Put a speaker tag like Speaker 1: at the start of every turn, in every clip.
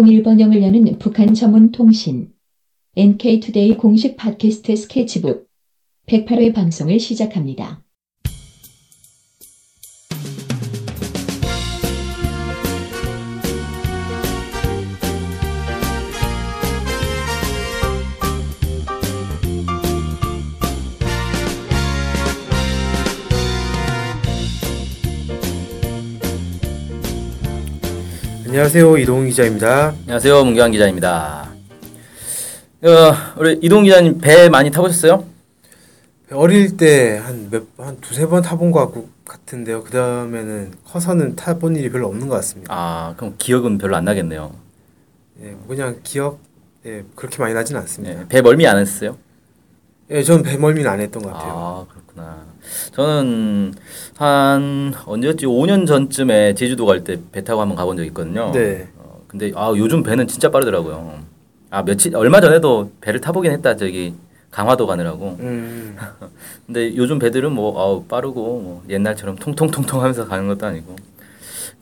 Speaker 1: 통일번영을 여는 북한 전문 통신 NK투데이 공식 팟캐스트 스케치북 108회 방송을 시작합니다.
Speaker 2: 안녕하세요 이동훈 기자입니다.
Speaker 3: 안녕하세요. 문경환 기자입니다. 어, 우리 이동 기자님 배 많이 타보셨어요?
Speaker 2: 어릴 때 한 몇 한 두세 번 타본 것 같고, 같은데요. 그 다음에는 커서는 타본 일이 별로 없는 것 같습니다.
Speaker 3: 아, 그럼 기억은 별로 안 나겠네요.
Speaker 2: 예, 뭐 그냥 기억 예, 그렇게 많이 나진 않습니다.
Speaker 3: 네, 배 멀미 안 했어요?
Speaker 2: 예, 전 배멀미는 안 했던 것 같아요.
Speaker 3: 아, 그렇구나. 저는 한 언제였지? 5년 전쯤에 제주도 갈 때 배 타고 한번 가본 적 있거든요.
Speaker 2: 네,
Speaker 3: 어, 근데 아, 요즘 배는 진짜 빠르더라고요. 아, 며칠 얼마 전에도 배를 타보긴 했다. 저기 강화도 가느라고.
Speaker 2: 음,
Speaker 3: 근데 요즘 배들은 뭐 아우, 빠르고 뭐 옛날처럼 통통통통 하면서 가는 것도 아니고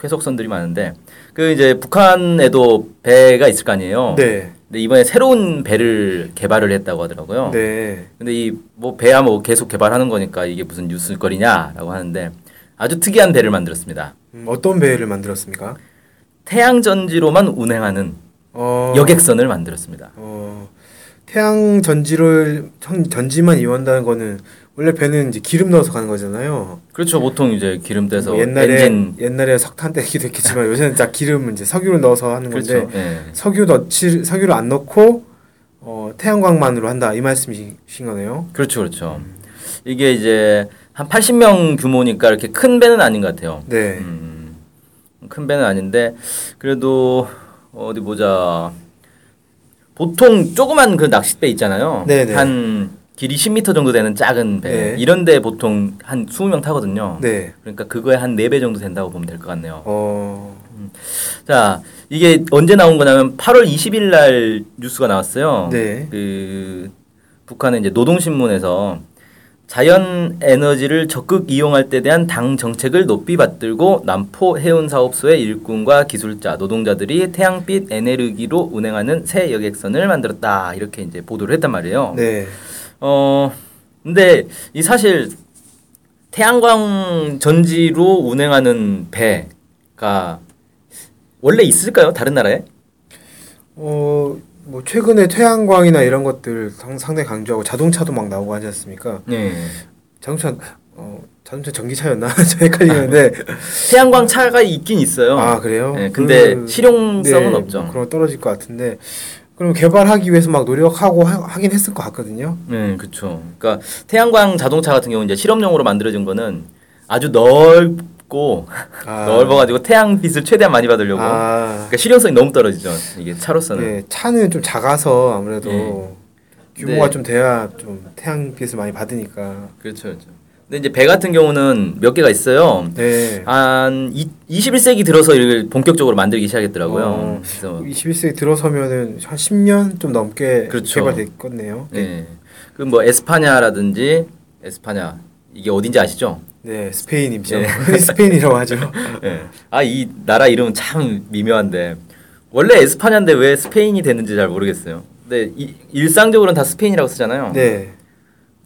Speaker 3: 쾌속선들이 많은데 그 이제 북한에도 배가 있을 거 아니에요.
Speaker 2: 네,
Speaker 3: 근데 이번에 새로운 배를 개발을 했다고 하더라고요.
Speaker 2: 네,
Speaker 3: 근데 이 뭐 배야 뭐 계속 개발하는 거니까 이게 무슨 뉴스거리냐라고 하는데 아주 특이한 배를 만들었습니다.
Speaker 2: 음, 어떤 배를 만들었습니까?
Speaker 3: 태양 전지로만 운행하는
Speaker 2: 어,
Speaker 3: 여객선을 만들었습니다.
Speaker 2: 어, 태양 전지를 전- 전지만 이용한다는 거는 원래 배는 이제 기름 넣어서 가는 거잖아요.
Speaker 3: 그렇죠. 보통 이제 기름 떼서
Speaker 2: 뭐 옛날에
Speaker 3: 엔진
Speaker 2: 옛날에 석탄 때기도 했겠지만 요새는 다 기름 이제 석유를 넣어서 하는 건데
Speaker 3: 그렇죠. 예.
Speaker 2: 석유 넣지 석유를 안 넣고 어, 태양광만으로 한다 이 말씀이신 거네요.
Speaker 3: 그렇죠, 그렇죠. 이게 이제 한 80명 규모니까 이렇게 큰 배는 아닌 것 같아요.
Speaker 2: 네,
Speaker 3: 음, 큰 배는 아닌데 그래도 어디 보자. 보통 조그만 그 낚싯배 있잖아요.
Speaker 2: 네네.
Speaker 3: 한 길이 10m 정도 되는 작은 배.
Speaker 2: 네.
Speaker 3: 이런 데 보통 한 20명 타거든요.
Speaker 2: 네,
Speaker 3: 그러니까 그거에 한 4배 정도 된다고 보면 될 것 같네요.
Speaker 2: 어,
Speaker 3: 자, 이게 언제 나온 거냐면 8월 20일 날 뉴스가 나왔어요.
Speaker 2: 네,
Speaker 3: 그 북한의 이제 노동신문에서 자연 에너지를 적극 이용할 때 대한 당 정책을 높이 받들고 남포 해운 사업소의 일꾼과 기술자, 노동자들이 태양빛 에너지로 운행하는 새 여객선을 만들었다. 이렇게 이제 보도를 했단 말이에요.
Speaker 2: 네,
Speaker 3: 어 근데 이 사실 태양광 전지로 운행하는 배가 원래 있을까요? 다른 나라에?
Speaker 2: 어, 뭐 최근에 태양광이나 이런 것들 상- 상당히 강조하고 자동차도 막 나오고 하지 않습니까?
Speaker 3: 네.
Speaker 2: 자동차 어, 자동차 전기차였나? 저 헷갈리는데
Speaker 3: 태양광 차가 있긴 있어요.
Speaker 2: 아 그래요?
Speaker 3: 네, 근데
Speaker 2: 그-
Speaker 3: 실용성은
Speaker 2: 네,
Speaker 3: 없죠.
Speaker 2: 뭐 그런 거 떨어질 것 같은데 그럼 개발하기 위해서 막 노력하고 하, 하긴 했을 것 같거든요.
Speaker 3: 네, 그렇죠. 그러니까 태양광 자동차 같은 경우는 이제 실험용으로 만들어진 거는 아주 넓고
Speaker 2: 아.
Speaker 3: 넓어가지고 태양빛을 최대한 많이 받으려고.
Speaker 2: 아,
Speaker 3: 그러니까 실용성이 너무 떨어지죠. 이게 차로서는.
Speaker 2: 네, 차는 좀 작아서 아무래도
Speaker 3: 네.
Speaker 2: 규모가
Speaker 3: 네.
Speaker 2: 좀 돼야 좀 태양빛을 많이 받으니까.
Speaker 3: 그렇죠, 그렇죠. 근데 이제 배 같은 경우는 몇 개가 있어요.
Speaker 2: 네.
Speaker 3: 한 이, 21세기 들어서 이걸 본격적으로 만들기 시작했더라고요.
Speaker 2: 어.
Speaker 3: 그래서
Speaker 2: 21세기 들어서면은 한 10년 좀 넘게
Speaker 3: 그렇죠.
Speaker 2: 개발됐겠네요. 네.
Speaker 3: 네. 그뭐 에스파냐라든지 에스파냐 이게 어딘지 아시죠?
Speaker 2: 네, 스페인이죠.
Speaker 3: 네.
Speaker 2: 흔히 스페인이라고 하죠.
Speaker 3: 예. 아, 이 나라 이름은 참 미묘한데. 원래 에스파냐인데 왜 스페인이 됐는지 잘 모르겠어요. 근데 이, 일상적으로는 다 스페인이라고 쓰잖아요.
Speaker 2: 네.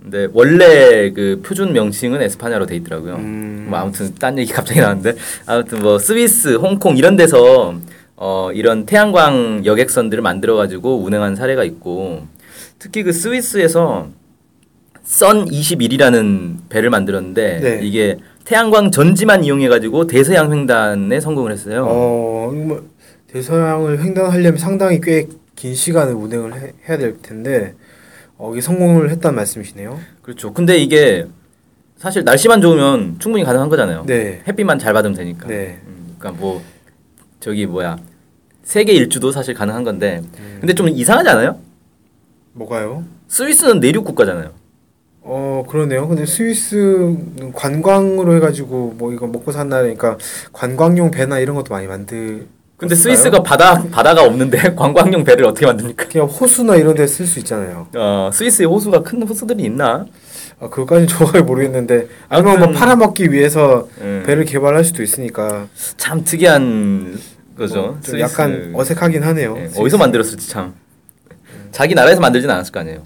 Speaker 3: 근데 원래 그 표준 명칭은 에스파냐로 돼 있더라고요.
Speaker 2: 음.
Speaker 3: 뭐 아무튼 딴 얘기 갑자기 나왔는데 아무튼 뭐 스위스, 홍콩 이런 데서 어 이런 태양광 여객선들을 만들어 가지고 운행한 사례가 있고 특히 그 스위스에서 선 21이라는 배를 만들었는데
Speaker 2: 네.
Speaker 3: 이게 태양광 전지만 이용해 가지고 대서양 횡단에 성공을 했어요.
Speaker 2: 어, 뭐 대서양을 횡단하려면 상당히 꽤 긴 시간을 운행을 해, 해야 될 텐데 어, 이게 성공을 했단 말씀이시네요.
Speaker 3: 그렇죠. 근데 이게 사실 날씨만 좋으면 충분히 가능한 거잖아요.
Speaker 2: 네.
Speaker 3: 햇빛만 잘 받으면 되니까.
Speaker 2: 네.
Speaker 3: 음, 그러니까 뭐 저기 뭐야 세계 일주도 사실 가능한 건데 근데 좀 이상하지 않아요?
Speaker 2: 뭐가요?
Speaker 3: 스위스는 내륙 국가잖아요.
Speaker 2: 어 그러네요. 근데 스위스는 관광으로 해가지고 뭐 이거 먹고 산다니까 관광용 배나 이런 것도 많이 만들.
Speaker 3: 근데
Speaker 2: 그렇나요?
Speaker 3: 스위스가 바다 바다가 없는데 관광용 배를 어떻게 만듭니까?
Speaker 2: 그냥 호수나 이런 데 쓸 수 있잖아요.
Speaker 3: 어 스위스에 호수가 큰 호수들이 있나?
Speaker 2: 아 그것까지 는 정확히 모르겠는데 아니면 뭐
Speaker 3: 아무튼-
Speaker 2: 팔아먹기 위해서
Speaker 3: 음.
Speaker 2: 배를 개발할 수도 있으니까.
Speaker 3: 참 특이한 그죠.
Speaker 2: 뭐, 좀
Speaker 3: 스위스.
Speaker 2: 약간 어색하긴 하네요.
Speaker 3: 예, 어디서 만들었을지 참. 자기 나라에서 만들진 않았을 거 아니에요.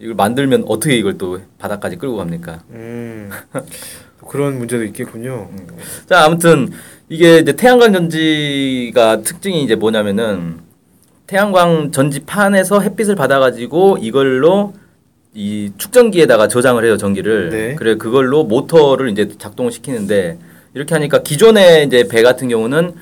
Speaker 3: 이걸 만들면 어떻게 이걸 또 바닥까지 끌고 갑니까?
Speaker 2: 음, 그런 문제도 있겠군요.
Speaker 3: 자, 아무튼 이게 이제 태양광 전지가 특징이 이제 뭐냐면은 태양광 전지판에서 햇빛을 받아가지고 이걸로 이 축전기에다가 저장을 해요 전기를.
Speaker 2: 네.
Speaker 3: 그래 그걸로 모터를 이제 작동을 시키는데 이렇게 하니까 기존의 이제 배 같은 경우는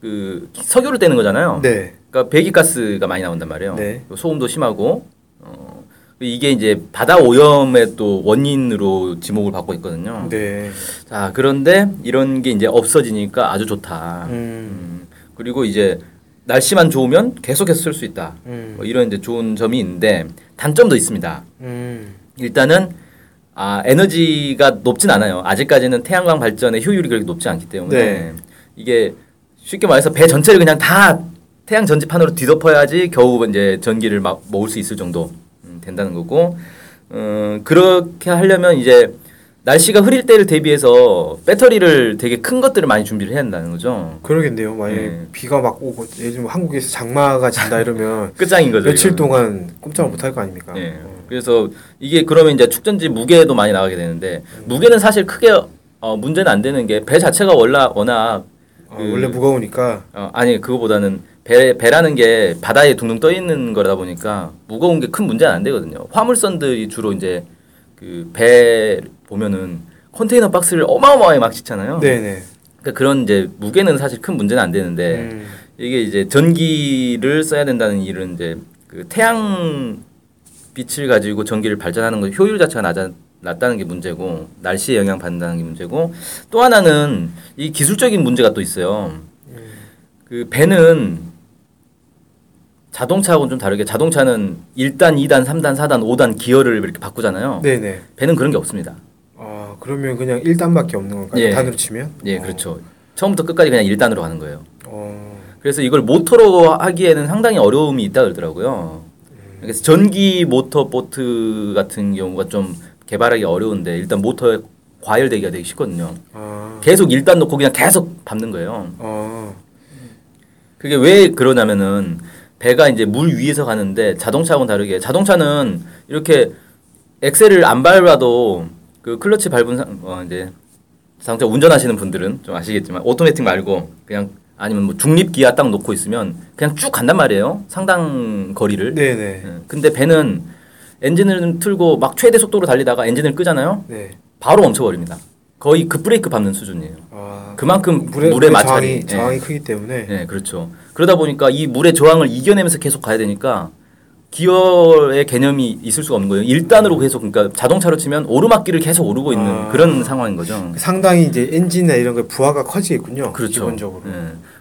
Speaker 3: 그 석유를 떼는 거잖아요.
Speaker 2: 네.
Speaker 3: 그러니까 배기가스가 많이 나온단 말이에요.
Speaker 2: 네.
Speaker 3: 소음도 심하고 어, 이게 이제 바다 오염의 또 원인으로 지목을 받고 있거든요.
Speaker 2: 네.
Speaker 3: 자 아, 그런데 이런 게 이제 없어지니까 아주 좋다.
Speaker 2: 음.
Speaker 3: 음, 그리고 이제 날씨만 좋으면 계속해서 쓸 수 있다.
Speaker 2: 음.
Speaker 3: 뭐 이런 이제 좋은 점이 있는데 단점도 있습니다.
Speaker 2: 음.
Speaker 3: 일단은 아, 에너지가 높진 않아요. 아직까지는 태양광 발전의 효율이 그렇게 높지 않기 때문에
Speaker 2: 네.
Speaker 3: 이게 쉽게 말해서 배 전체를 그냥 다 태양 전지판으로 뒤덮어야지 겨우 이제 전기를 막 모을 수 있을 정도 음, 된다는 거고 음, 그렇게 하려면 이제 날씨가 흐릴 때를 대비해서 배터리를 되게 큰 것들을 많이 준비를 해야 한다는 거죠.
Speaker 2: 그러겠네요. 만약에
Speaker 3: 예.
Speaker 2: 비가 막 오고 예를 들면 한국에서 장마가 진다 이러면
Speaker 3: 끝장인 거죠.
Speaker 2: 며칠
Speaker 3: 이거는.
Speaker 2: 동안 꼼짝을 못 할 거 아닙니까? 음.
Speaker 3: 예. 그래서 이게 그러면 이제 축전지 무게도 많이 나가게 되는데
Speaker 2: 음.
Speaker 3: 무게는 사실 크게 어, 문제는 안 되는 게 배 자체가 원라, 워낙
Speaker 2: 어,
Speaker 3: 그-
Speaker 2: 원래 무거우니까
Speaker 3: 어, 아니 그거보다는 배 배라는 게 바다에 둥둥 떠 있는 거다 보니까 무거운 게 큰 문제는 안 되거든요. 화물선들이 주로 이제 그 배 보면은 컨테이너 박스를 어마어마하게 막 짓잖아요.
Speaker 2: 네네.
Speaker 3: 그러니까 그런 이제 무게는 사실 큰 문제는 안 되는데
Speaker 2: 음.
Speaker 3: 이게 이제 전기를 써야 된다는 일은 이제 그 태양 빛을 가지고 전기를 발전하는 것 효율 자체가 낮아, 낮다는 게 문제고 날씨에 영향 받는다는 게 문제고 또 하나는 이 기술적인 문제가 또 있어요.
Speaker 2: 예.
Speaker 3: 그 배는 자동차하고는 좀 다르게 자동차는 1단, 2단, 3단, 4단, 5단 기어를 이렇게 바꾸잖아요.
Speaker 2: 네네.
Speaker 3: 배는 그런 게 없습니다.
Speaker 2: 아 그러면 그냥 1단밖에 없는 건가요?
Speaker 3: 예.
Speaker 2: 단으로 치면?
Speaker 3: 예,
Speaker 2: 어.
Speaker 3: 그렇죠. 처음부터 끝까지 그냥 1단으로 가는 거예요.
Speaker 2: 어.
Speaker 3: 그래서 이걸 모터로 하기에는 상당히 어려움이 있다 그러더라고요. 그래서 전기 모터 보트 같은 경우가 좀 개발하기 어려운데 일단 모터에 과열되기가 되게 쉽거든요.
Speaker 2: 아.
Speaker 3: 계속 일단 놓고 그냥 계속 밟는 거예요.
Speaker 2: 어.
Speaker 3: 그게 왜 그러냐면은 배가 이제 물 위에서 가는데 자동차하고는 다르게 자동차는 이렇게 엑셀을 안 밟아도 그 클러치 밟은 상, 어 이제 자동차 운전하시는 분들은 좀 아시겠지만 오토매틱 말고 그냥 아니면 뭐 중립 기아 딱 놓고 있으면 그냥 쭉 간단 말이에요 상당 거리를
Speaker 2: 네네.
Speaker 3: 예. 근데 배는 엔진을 틀고 막 최대 속도로 달리다가 엔진을 끄잖아요
Speaker 2: 네.
Speaker 3: 바로 멈춰버립니다 거의 그 급브레이크 밟는 수준이에요
Speaker 2: 아.
Speaker 3: 그만큼
Speaker 2: 물에
Speaker 3: 물에,
Speaker 2: 물에
Speaker 3: 마찰이
Speaker 2: 저항이,
Speaker 3: 예.
Speaker 2: 저항이 크기 때문에
Speaker 3: 네, 그렇죠. 그러다 보니까 이 물의 저항을 이겨내면서 계속 가야 되니까 기어의 개념이 있을 수가 없는 거예요. 일단으로 계속 그러니까 자동차로 치면 오르막길을 계속 오르고 있는
Speaker 2: 음. 아.
Speaker 3: 그런 상황인 거죠.
Speaker 2: 상당히 이제 엔진이나 이런 거에 부하가 커지겠군요.
Speaker 3: 그렇죠.
Speaker 2: 기본적으로.
Speaker 3: 예.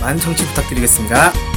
Speaker 4: 많은 청취 부탁드리겠습니다.